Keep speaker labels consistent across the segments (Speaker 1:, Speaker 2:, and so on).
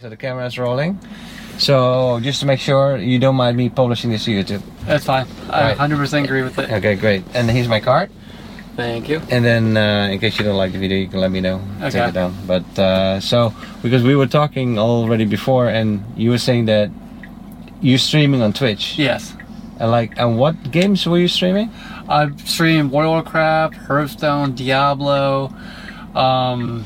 Speaker 1: So the camera is rolling. So just to make sure, you don't mind me publishing this to YouTube.
Speaker 2: That's fine. I
Speaker 1: Alright.
Speaker 2: 100% agree with it.
Speaker 1: Okay, great. And here's my card.
Speaker 2: Thank you.
Speaker 1: And then uh, in case you don't like the video, you can let me know. I'll Take
Speaker 2: Okay.
Speaker 1: it down. But uh, so because we were talking already before, and you were saying that you're streaming on Twitch.
Speaker 2: Yes.
Speaker 1: And like, and what games were you streaming?
Speaker 2: I stream World of Warcraft, Hearthstone, Diablo, um,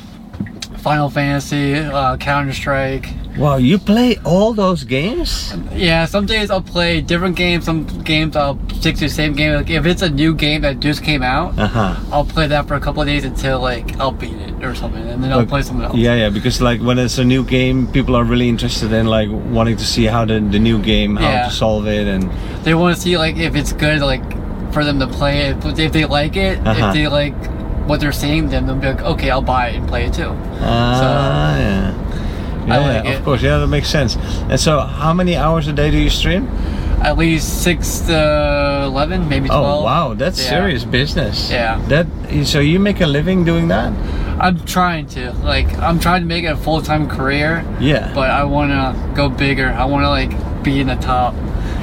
Speaker 2: Final Fantasy, uh, Counter Strike.
Speaker 1: Wow, you play all those games?
Speaker 2: Yeah, some days I'll play different games. Some games I'll stick to the same game. Like if it's a new game that just came out,
Speaker 1: Uh huh.
Speaker 2: I'll play that for a couple of days until like I'll beat it or something, and then I'll play something else.
Speaker 1: Yeah, yeah. Because like when it's a new game, people are really interested in like wanting to see how the, the new game, how
Speaker 2: Yeah.
Speaker 1: to solve it, and
Speaker 2: They want to see like if it's good, like for them to play it. If they like it,
Speaker 1: Uh-huh.
Speaker 2: if they like what they're seeing, then they'll be like, okay, I'll buy it and play it too.
Speaker 1: Ah, yeah.
Speaker 2: I
Speaker 1: Yeah,
Speaker 2: like
Speaker 1: of
Speaker 2: it.
Speaker 1: course. Yeah, that makes sense. And so, how many hours a day do you stream?
Speaker 2: at least six to eleven, maybe
Speaker 1: Oh,
Speaker 2: twelve.
Speaker 1: wow, that's
Speaker 2: Yeah.
Speaker 1: serious business.
Speaker 2: Yeah.
Speaker 1: That so you make a living doing that?
Speaker 2: I'm trying to like I'm trying to make it a full time career,
Speaker 1: Yeah.
Speaker 2: but I want to go bigger. I want to like be in the top.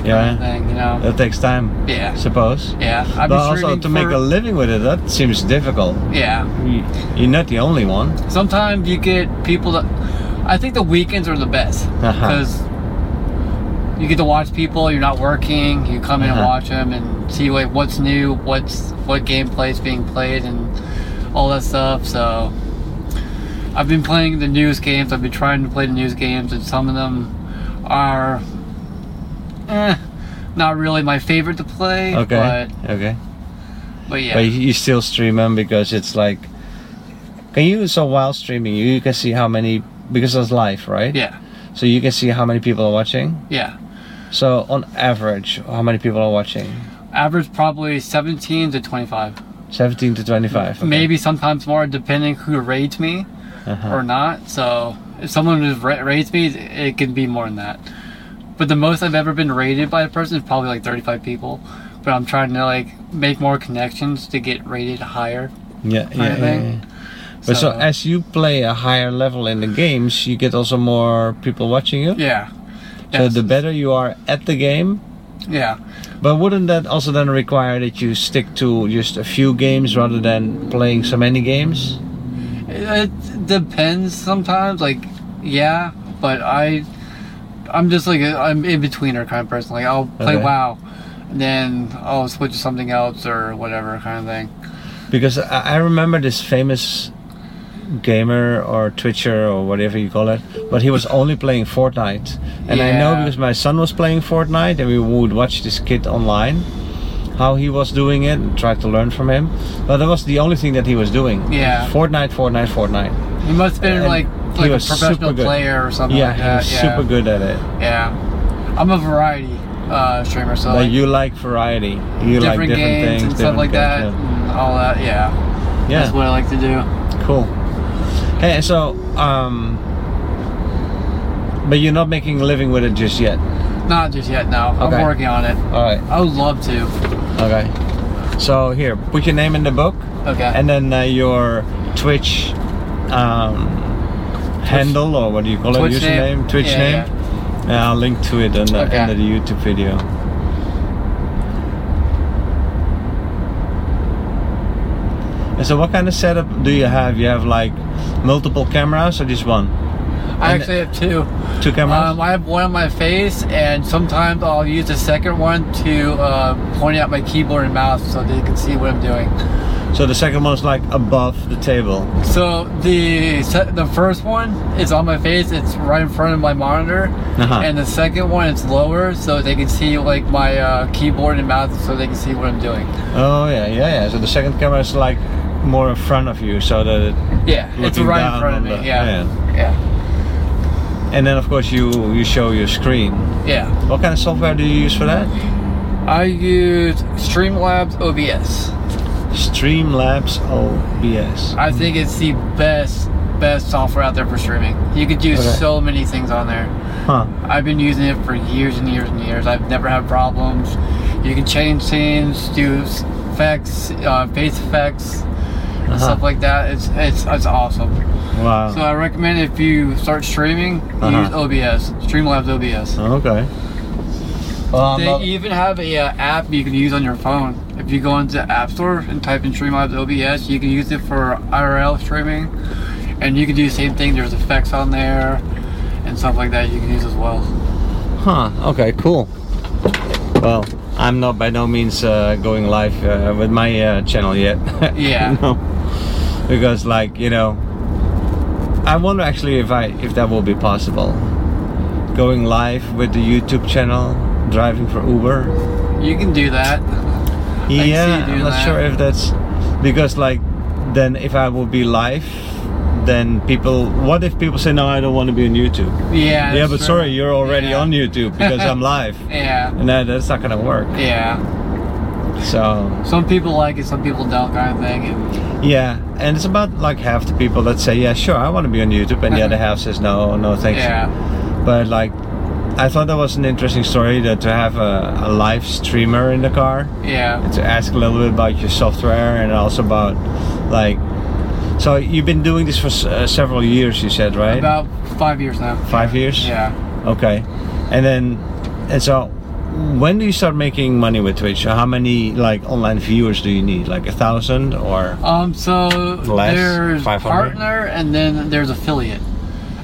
Speaker 1: Yeah.
Speaker 2: kind of thing, you know.
Speaker 1: that takes time.
Speaker 2: Yeah.
Speaker 1: Suppose.
Speaker 2: Yeah. I've
Speaker 1: But also
Speaker 2: shooting
Speaker 1: to make
Speaker 2: for-
Speaker 1: a living with it, that seems difficult.
Speaker 2: yeah.
Speaker 1: You- You're not the only one.
Speaker 2: Sometimes you get people that I think the weekends are the best
Speaker 1: Uh-huh.
Speaker 2: because you get to watch people. You're not working. You come in
Speaker 1: Uh-huh.
Speaker 2: and watch them and see like what's new, what's what gameplay's being played, and all that stuff. So I've been playing the newest games. I've been trying to play the newest games, and some of them are eh, not really my favorite to play.
Speaker 1: Okay. okay.
Speaker 2: But, but yeah.
Speaker 1: But you you still stream them because it's like, can you so while streaming you, you can see how many because it's live, right?
Speaker 2: yeah.
Speaker 1: So you can see how many people are watching.
Speaker 2: Yeah.
Speaker 1: So on average, how many people are watching?
Speaker 2: Average probably 17 to 25.
Speaker 1: 17 to 25. okay.
Speaker 2: maybe sometimes more depending who raids me
Speaker 1: Uh-huh.
Speaker 2: or not so if someone just ra- raids me it can be more than that but the most i've ever been raided by a person is probably like 35 people but i'm trying to like make more connections to get rated higher
Speaker 1: Yeah, yeah,
Speaker 2: of
Speaker 1: yeah,
Speaker 2: thing.
Speaker 1: yeah. But so,
Speaker 2: So-
Speaker 1: as you play a higher level in the games, you get also more people watching you.
Speaker 2: yeah
Speaker 1: So
Speaker 2: Yes.
Speaker 1: the better you are at the game,
Speaker 2: yeah
Speaker 1: but wouldn't that also then require that you stick to just a few games rather than playing so many games?
Speaker 2: It it depends sometimes. Like, yeah, but I, I'm just like a, I'm in betweener kind of person. Like, I'll play
Speaker 1: Okay.
Speaker 2: WoW, and then I'll switch to something else or whatever kind of thing.
Speaker 1: Because I, I remember this famous gamer or Twitcher or whatever you call it, but he was only playing Fortnite. And I know
Speaker 2: Yeah.
Speaker 1: because my son was playing Fortnite and we would watch this kid online how he was doing it and try to learn from him. But that was the only thing that he was doing.
Speaker 2: Yeah.
Speaker 1: Fortnite, Fortnite, Fortnite.
Speaker 2: He must have been
Speaker 1: And
Speaker 2: like
Speaker 1: he
Speaker 2: like a
Speaker 1: was super
Speaker 2: professional
Speaker 1: good.
Speaker 2: player or something.
Speaker 1: Yeah,
Speaker 2: like
Speaker 1: he
Speaker 2: that.
Speaker 1: was
Speaker 2: yeah.
Speaker 1: super good at it.
Speaker 2: Yeah, I'm a variety uh, streamer, so
Speaker 1: But
Speaker 2: like,
Speaker 1: you like variety. You like different
Speaker 2: games
Speaker 1: things,
Speaker 2: and stuff
Speaker 1: different
Speaker 2: like that,
Speaker 1: games,
Speaker 2: and all that. Yeah,
Speaker 1: Yeah. Yeah.
Speaker 2: that's what I like to do.
Speaker 1: Cool. Hey, so um, but you're not making a living with it just yet.
Speaker 2: Not just yet. No,
Speaker 1: Okay.
Speaker 2: I'm working on it.
Speaker 1: All right.
Speaker 2: I would love to.
Speaker 1: Okay. So here, put your name in the book,
Speaker 2: Okay.
Speaker 1: and then uh, your Twitch um, handle or what do you call
Speaker 2: Twitch
Speaker 1: it?
Speaker 2: name?
Speaker 1: Username, Twitch
Speaker 2: Yeah,
Speaker 1: name. Yeah, I'll link to it on the
Speaker 2: Okay.
Speaker 1: end of the YouTube video. And so, what kind of setup do you have? You have like multiple cameras or just one?
Speaker 2: I
Speaker 1: And-
Speaker 2: actually have two.
Speaker 1: Two cameras?
Speaker 2: Um, I have one on my face, and sometimes I'll use the second one to uh, point out my keyboard and mouse so they can see what I'm doing.
Speaker 1: so the second one's like above the table.
Speaker 2: So the se- the first one is on my face; it's right in front of my monitor,
Speaker 1: Uh-huh.
Speaker 2: and the second one is lower so they can see like my uh, keyboard and mouse so they can see what I'm doing.
Speaker 1: Oh yeah, yeah, yeah. So the second camera is like more in front of you, so that it,
Speaker 2: Yeah, it's
Speaker 1: Looking
Speaker 2: right
Speaker 1: down
Speaker 2: in front of
Speaker 1: on
Speaker 2: me.
Speaker 1: the-
Speaker 2: yeah. yeah,
Speaker 1: and then of course you you show your screen.
Speaker 2: yeah.
Speaker 1: What kind of software do you use for that?
Speaker 2: I use Streamlabs OBS.
Speaker 1: Streamlabs OBS.
Speaker 2: I think it's the best best software out there for streaming. You could do
Speaker 1: Okay.
Speaker 2: so many things on there.
Speaker 1: Huh.
Speaker 2: I've been using it for years and years and years. I've never had problems. You can change scenes, do s- effects, uh, face effects, and
Speaker 1: Uh-huh.
Speaker 2: stuff like that. It's it's it's awesome.
Speaker 1: Wow.
Speaker 2: So I recommend if you start streaming,
Speaker 1: Uh-huh.
Speaker 2: use OBS, Streamlabs OBS.
Speaker 1: okay. Well, I'm
Speaker 2: They
Speaker 1: not-
Speaker 2: even have a uh, app you can use on your phone. If you go into the App Store and type in Streamlabs OBS, you can use it for IRL streaming, and you can do the same thing. There's effects on there and stuff like that you can use as well.
Speaker 1: Huh. Okay. Cool. Well, I'm not by no means uh, going live uh, with my uh, channel yet.
Speaker 2: Yeah.
Speaker 1: no. Because like you know, I wonder actually if I if that will be possible. Going live with the YouTube channel, driving for Uber.
Speaker 2: You can do that. see you
Speaker 1: yeah. I'm
Speaker 2: doing
Speaker 1: not
Speaker 2: that.
Speaker 1: sure if that's because like then if I will be live, then people. What if people say no? I don't want to be on YouTube. yeah,
Speaker 2: Yeah. that's
Speaker 1: but
Speaker 2: true.
Speaker 1: sorry, you're already
Speaker 2: Yeah.
Speaker 1: on YouTube because I'm live.
Speaker 2: Yeah.
Speaker 1: And that, that's not gonna work.
Speaker 2: Yeah.
Speaker 1: So
Speaker 2: Some people like it, some people don't, kind of thing. And
Speaker 1: yeah, and it's about like half the people that say yeah, sure, I want to be on YouTube, and the other half says no, no thanks.
Speaker 2: yeah.
Speaker 1: But like, I thought that was an interesting story that to have a, a live streamer in the car
Speaker 2: Yeah.
Speaker 1: and to ask a little bit about your software and also about like. So you've been doing this for s- uh, several years, you said, right?
Speaker 2: About five years now.
Speaker 1: Five years.
Speaker 2: Yeah.
Speaker 1: Okay, and then and so when do you start making money with Twitch? How many like online viewers do you need? Like a thousand or?
Speaker 2: Um. So
Speaker 1: Less, 500?
Speaker 2: there's partner, and then there's affiliate.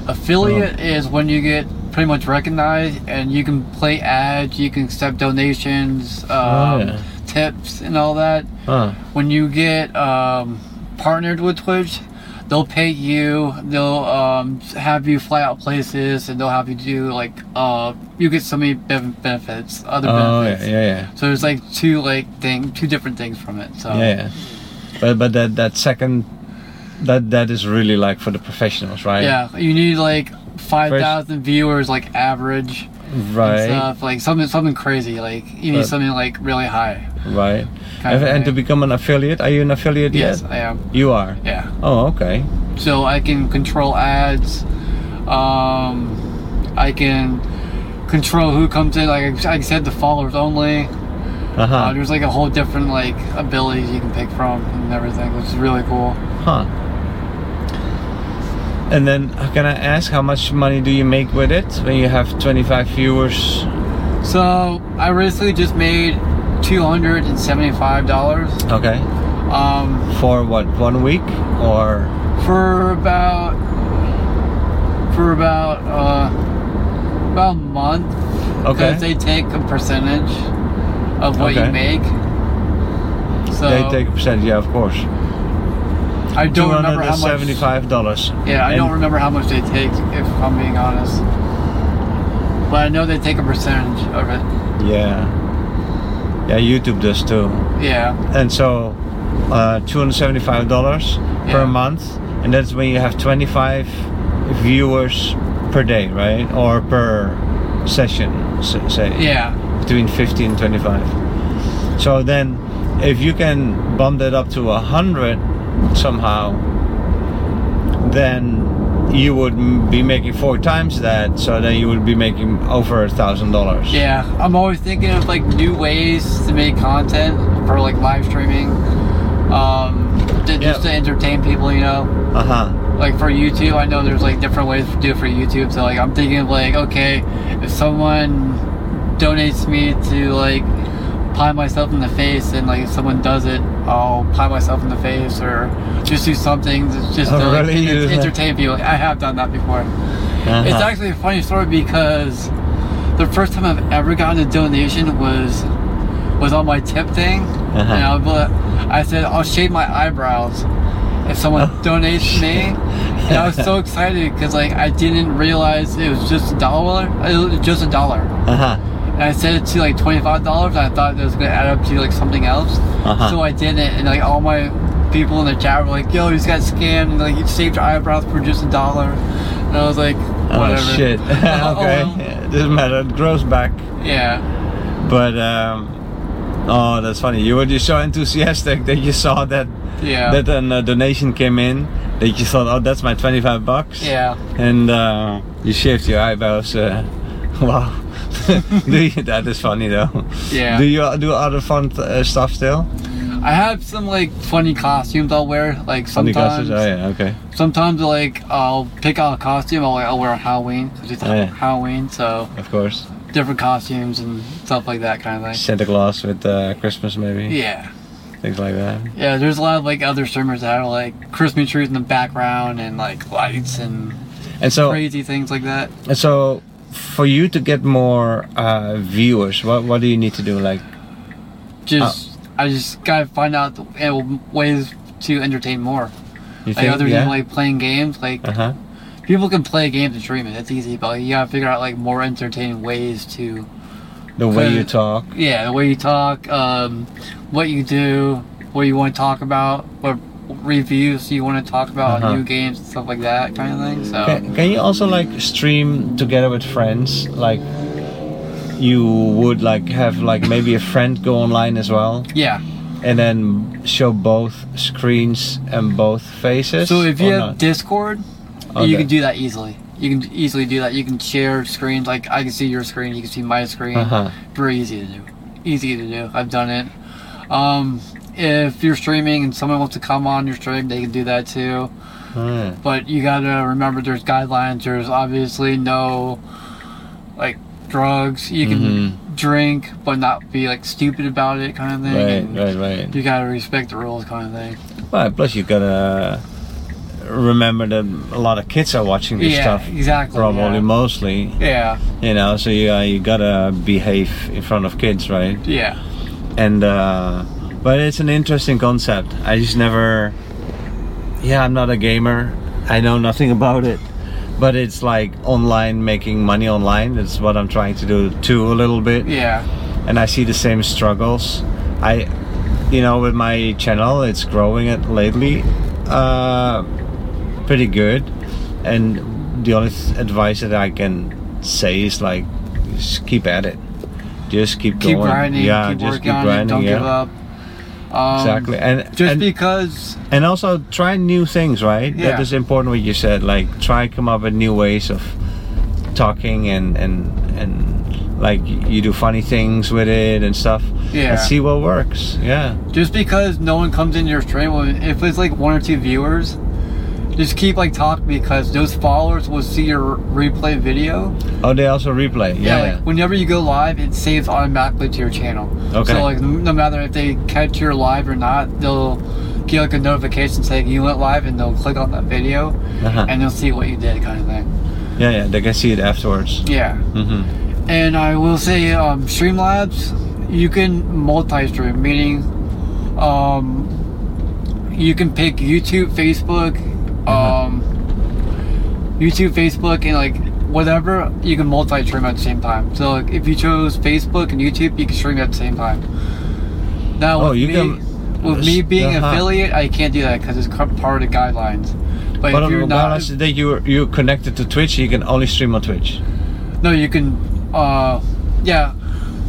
Speaker 1: Oh.
Speaker 2: Affiliate is when you get pretty much recognized, and you can play ads, you can accept donations, um,
Speaker 1: Oh, yeah.
Speaker 2: tips, and all that.
Speaker 1: Huh.
Speaker 2: when you get um, partnered with Twitch, they'll pay you. They'll um, have you fly out places, and they'll have you do like uh, you get so many bev- benefits, other
Speaker 1: Oh yeah,
Speaker 2: benefits.
Speaker 1: yeah, yeah,
Speaker 2: So there's like two like thing, two different things from it. So
Speaker 1: yeah, yeah. But but that that second, that that is really like for the professionals, right?
Speaker 2: Yeah, you need like five thousand viewers, like average and
Speaker 1: Right.
Speaker 2: stuff, like something something crazy. Like you need
Speaker 1: But-
Speaker 2: something like really high.
Speaker 1: right.
Speaker 2: Kind
Speaker 1: And,
Speaker 2: of
Speaker 1: and to
Speaker 2: thing.
Speaker 1: become an affiliate, are you an affiliate
Speaker 2: Yes,
Speaker 1: yet?
Speaker 2: I am.
Speaker 1: You are.
Speaker 2: Yeah.
Speaker 1: Oh okay.
Speaker 2: so I can control ads. Um, I can control who comes in. Like I said, the followers only.
Speaker 1: Uh
Speaker 2: Uh,
Speaker 1: huh.
Speaker 2: there's like a whole different like abilities you can pick from and everything, which is really cool.
Speaker 1: Huh. And then uh, can I ask how much money do you make with it when you have 25 viewers?
Speaker 2: So I recently just made two hundred and seventy-five dollars
Speaker 1: Okay.
Speaker 2: um,
Speaker 1: For what? One week or?
Speaker 2: for about for about uh, about a month.
Speaker 1: Okay.
Speaker 2: Because they take a percentage of what
Speaker 1: Okay.
Speaker 2: you make. So
Speaker 1: They take a percentage, yeah, of course.
Speaker 2: uh, I
Speaker 1: Two
Speaker 2: don't remember
Speaker 1: hundred
Speaker 2: how
Speaker 1: and
Speaker 2: much.
Speaker 1: seventy-five dollars.
Speaker 2: Yeah, I don't remember how much they take, if I'm being honest. But I know they take a percentage of it.
Speaker 1: Yeah, yeah, YouTube does too.
Speaker 2: Yeah,
Speaker 1: And so, uh, two hundred seventy-five dollars
Speaker 2: Yeah.
Speaker 1: per month, and that's when you have twenty-five viewers per day, right, or per session, s- say
Speaker 2: yeah,
Speaker 1: between fifty and twenty-five. So then, if you can bump that up to a hundred somehow, then you would m- be making four times that. So then you would be making over a thousand dollars.
Speaker 2: yeah. I'm always thinking of like new ways to make content for like live streaming, um, to, just
Speaker 1: Yeah.
Speaker 2: to entertain people, you know.
Speaker 1: Uh huh.
Speaker 2: Like for YouTube, I know there's like different ways to do it for YouTube. So like I'm thinking of like, okay, if someone donates me to like pie myself in the face and like if someone does it i'll pie myself in the face or just do something that's just
Speaker 1: Oh,
Speaker 2: to, like,
Speaker 1: really? You
Speaker 2: en-
Speaker 1: do that?
Speaker 2: entertain people i have done that before
Speaker 1: Uh-huh.
Speaker 2: it's actually a funny story because the first time i've ever gotten a donation was was on my tip thing
Speaker 1: Uh-huh.
Speaker 2: and I, but I said i'll shave my eyebrows if someone
Speaker 1: Oh,
Speaker 2: donates me and i was so excited because like i didn't realize it was just a dollar it was just a dollar
Speaker 1: Uh huh.
Speaker 2: and I set it to like twenty five dollars. I thought it was gonna add up to like something else,
Speaker 1: Uh-huh.
Speaker 2: so I did it. And like all my people in the chat were like, "Yo, you just got scammed. And, like you saved your eyebrows for just a dollar." And I was like, "Whatever."
Speaker 1: Oh shit. okay.
Speaker 2: Oh, well.
Speaker 1: Yeah, doesn't matter. It grows back.
Speaker 2: Yeah.
Speaker 1: But um, oh, that's funny. You were just so enthusiastic that you saw that
Speaker 2: Yeah.
Speaker 1: that an uh, donation came in that you thought, oh, that's my twenty-five bucks.
Speaker 2: yeah.
Speaker 1: And uh, you shaved your eyebrows. Uh, wow. do you, that is funny though.
Speaker 2: Yeah.
Speaker 1: Do you do other fun uh, stuff still?
Speaker 2: I have some like funny costumes I'll wear. Like
Speaker 1: Funny
Speaker 2: sometimes,
Speaker 1: costumes? Oh yeah, okay.
Speaker 2: sometimes like I'll pick out a costume. I'll, I'll wear a Halloween 'cause it's
Speaker 1: Oh, yeah.
Speaker 2: Halloween, so
Speaker 1: Of course.
Speaker 2: different costumes and stuff like that kind of thing.
Speaker 1: Santa Claus with uh, Christmas maybe.
Speaker 2: Yeah,
Speaker 1: Things like that.
Speaker 2: yeah. There's a lot of like other streamers that are like Christmas trees in the background and like lights and
Speaker 1: And so
Speaker 2: crazy things like that.
Speaker 1: and so for you to get more uh, viewers, what what do you need to do? Like
Speaker 2: Just
Speaker 1: Uh.
Speaker 2: I just gotta find out the, eh, ways to entertain more.
Speaker 1: you
Speaker 2: Like
Speaker 1: think
Speaker 2: other
Speaker 1: yeah?
Speaker 2: than like playing games, like
Speaker 1: uh-huh.
Speaker 2: people can play games and stream it. It's easy, but you gotta figure out like more entertaining ways to
Speaker 1: The way you
Speaker 2: Cause-
Speaker 1: talk.
Speaker 2: yeah, the way you talk, um, what you do, what you want to talk about, what reviews you want to talk about
Speaker 1: Uh-huh.
Speaker 2: on new games and stuff like that kind of thing. So
Speaker 1: Can, can you also like stream together with friends? Like you would like have like maybe a friend go online as well,
Speaker 2: yeah.
Speaker 1: and then show both screens and both faces.
Speaker 2: So if you
Speaker 1: or
Speaker 2: have
Speaker 1: not?
Speaker 2: Discord,
Speaker 1: Okay.
Speaker 2: you can do that easily. You can easily do that. You can share screens. Like I can see your screen, you can see my screen.
Speaker 1: Uh-huh.
Speaker 2: Very easy to do. Easy to do. I've done it. Um, if you're streaming and someone wants to come on your stream, they can do that too.
Speaker 1: Hmm.
Speaker 2: But you gotta remember, there's guidelines. There's obviously no like drugs. You can
Speaker 1: Mm-hmm.
Speaker 2: drink, but not be like stupid about it, kind of thing.
Speaker 1: Right,
Speaker 2: and
Speaker 1: right, right.
Speaker 2: You gotta respect the rules, kind of thing.
Speaker 1: Well, plus you gotta remember that a lot of kids are watching this
Speaker 2: yeah,
Speaker 1: stuff.
Speaker 2: exactly.
Speaker 1: Probably
Speaker 2: yeah.
Speaker 1: mostly,
Speaker 2: yeah,
Speaker 1: you know. So you uh, you gotta behave in front of kids, right?
Speaker 2: yeah.
Speaker 1: and uh, but it's an interesting concept. I just never. Yeah, I'm not a gamer. I know nothing about it, but it's like online making money online. That's what I'm trying to do too a little bit,
Speaker 2: Yeah,
Speaker 1: and I see the same struggles. I, you know, with my channel, it's growing it lately, uh, pretty good, and the only th- advice that I can say is like, just keep at it. Just keep,
Speaker 2: keep
Speaker 1: going.
Speaker 2: grinding,
Speaker 1: yeah,
Speaker 2: keep
Speaker 1: just
Speaker 2: working
Speaker 1: keep
Speaker 2: on
Speaker 1: grinding.
Speaker 2: it, don't
Speaker 1: yeah.
Speaker 2: give up. Um,
Speaker 1: Exactly, and
Speaker 2: Just
Speaker 1: and,
Speaker 2: because,
Speaker 1: and also try new things, right? That
Speaker 2: Yeah.
Speaker 1: is important. What you said, like try come up with new ways of talking and and and like you do funny things with it and stuff.
Speaker 2: Yeah.
Speaker 1: and see what works. Yeah,
Speaker 2: just because no one comes into your stream, well, if it's like one or two viewers, just keep like talking because those followers will see your replay video.
Speaker 1: oh, they also replay. Yeah,
Speaker 2: like whenever you go live, it saves automatically to your channel.
Speaker 1: Okay.
Speaker 2: So like, no matter if they catch your live or not, they'll get like a notification saying you went live, and they'll click on that video,
Speaker 1: Uh-huh.
Speaker 2: and they'll see what you did, kind of thing.
Speaker 1: yeah, yeah, They can see it afterwards.
Speaker 2: Yeah.
Speaker 1: Mm-hmm.
Speaker 2: And I will say, um, Streamlabs, you can multi-stream, meaning um, you can pick YouTube, Facebook,
Speaker 1: Mm-hmm.
Speaker 2: um, YouTube, Facebook, and like whatever. You can multi-stream at the same time. So like, if you chose Facebook and YouTube, you can stream at the same time. Now,
Speaker 1: Oh,
Speaker 2: with
Speaker 1: you
Speaker 2: me,
Speaker 1: can-
Speaker 2: with me being
Speaker 1: Uh-huh.
Speaker 2: affiliate, I can't do that because it's cu- part of the guidelines. But,
Speaker 1: But
Speaker 2: if you're
Speaker 1: on
Speaker 2: not,
Speaker 1: balance, that you you connected to Twitch, you can only stream on Twitch.
Speaker 2: No, you can. Uh, yeah.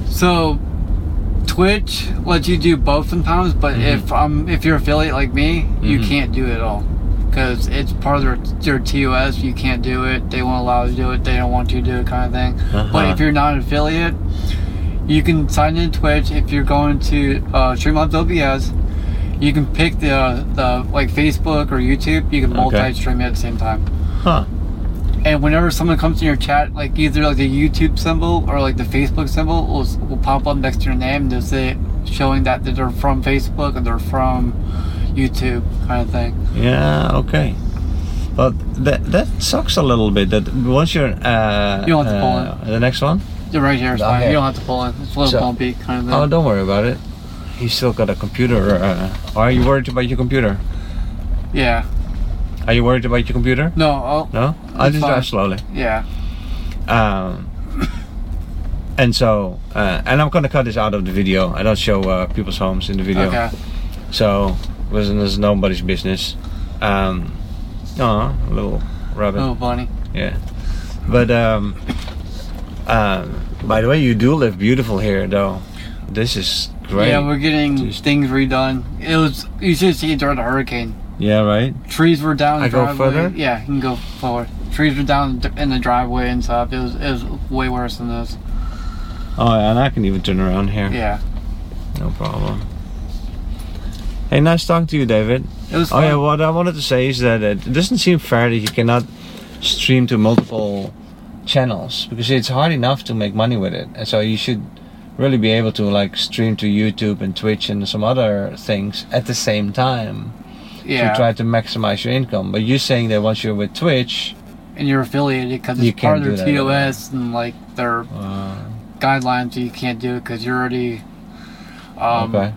Speaker 2: So Twitch lets you do both sometimes, but
Speaker 1: Mm-hmm.
Speaker 2: if um if you're affiliate like me, you
Speaker 1: Mhm.
Speaker 2: can't do it all because it's part of their, their TOS. You can't do it. They won't allow you to do it. They don't want you to do it, kind of thing. But
Speaker 1: Uh-huh.
Speaker 2: if you're not an affiliate, you can sign in Twitch. If you're going to uh, Streamlabs OBS, you can pick the uh, the like Facebook or YouTube. You can
Speaker 1: Okay.
Speaker 2: multi-stream at the same time.
Speaker 1: Huh?
Speaker 2: And whenever someone comes in your chat, like either like the YouTube symbol or like the Facebook symbol will, will pop up next to your name. They'll say showing that they're from Facebook or they're from YouTube, kind of thing.
Speaker 1: Yeah. Okay. But that that sucks a little bit. That once you're uh,
Speaker 2: You don't have to pull
Speaker 1: uh, the next one.
Speaker 2: They're right here, it's
Speaker 1: Down
Speaker 2: fine.
Speaker 1: here.
Speaker 2: You don't have to pull in. It's a little
Speaker 1: So-
Speaker 2: bumpy, kind of thing.
Speaker 1: Oh, don't worry about it. You still got a computer. Uh, are you worried about your computer?
Speaker 2: yeah.
Speaker 1: Are you worried about your computer?
Speaker 2: No. I'll,
Speaker 1: No. I'll
Speaker 2: It's
Speaker 1: just
Speaker 2: fine.
Speaker 1: drive slowly.
Speaker 2: Yeah.
Speaker 1: Um, and so, uh, and I'm gonna cut this out of the video. I don't show uh, people's homes in the video.
Speaker 2: Okay.
Speaker 1: So, wasn't it's nobody's business. Um, aw, little rabbit.
Speaker 2: Oh, bunny.
Speaker 1: Yeah. But um, um, by the way, you do live beautiful here, though. This is great.
Speaker 2: Yeah, we're getting
Speaker 1: Just-
Speaker 2: things redone. It was. You should see it during the hurricane.
Speaker 1: yeah, right.
Speaker 2: trees were down.
Speaker 1: I
Speaker 2: the
Speaker 1: go
Speaker 2: driveway.
Speaker 1: further?
Speaker 2: Yeah, you can go forward. Trees were down in the driveway and stuff. It was it was way worse than this.
Speaker 1: Oh, and I can even turn around here.
Speaker 2: Yeah.
Speaker 1: No problem. Hey, nice talking to you, David.
Speaker 2: It was
Speaker 1: Oh
Speaker 2: fun.
Speaker 1: yeah, what I wanted to say is that it doesn't seem fair that you cannot stream to multiple channels because it's hard enough to make money with it, and so you should really be able to like stream to YouTube and Twitch and some other things at the same time
Speaker 2: yeah.
Speaker 1: to try to maximize your income. But you're saying that once you're with Twitch,
Speaker 2: and you're affiliated because
Speaker 1: You
Speaker 2: it's part of
Speaker 1: can't
Speaker 2: their
Speaker 1: do that, yeah.
Speaker 2: TOS and like their
Speaker 1: uh,
Speaker 2: guidelines. You can't do it because you're already um,
Speaker 1: okay.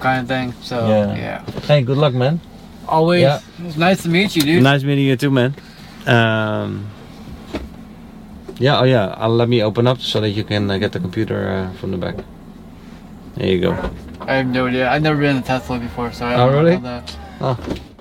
Speaker 2: kind of thing. So
Speaker 1: Yeah.
Speaker 2: yeah,
Speaker 1: Hey, good luck, man.
Speaker 2: always
Speaker 1: Yeah.
Speaker 2: it's nice to meet you, dude.
Speaker 1: Nice meeting you too, man. Um, yeah, oh yeah. Uh, let me open up so that you can uh, get the computer uh, from the back. There you go.
Speaker 2: I have no idea. I've never been in a Tesla before, so I
Speaker 1: Oh,
Speaker 2: don't
Speaker 1: really?
Speaker 2: know that.
Speaker 1: Oh.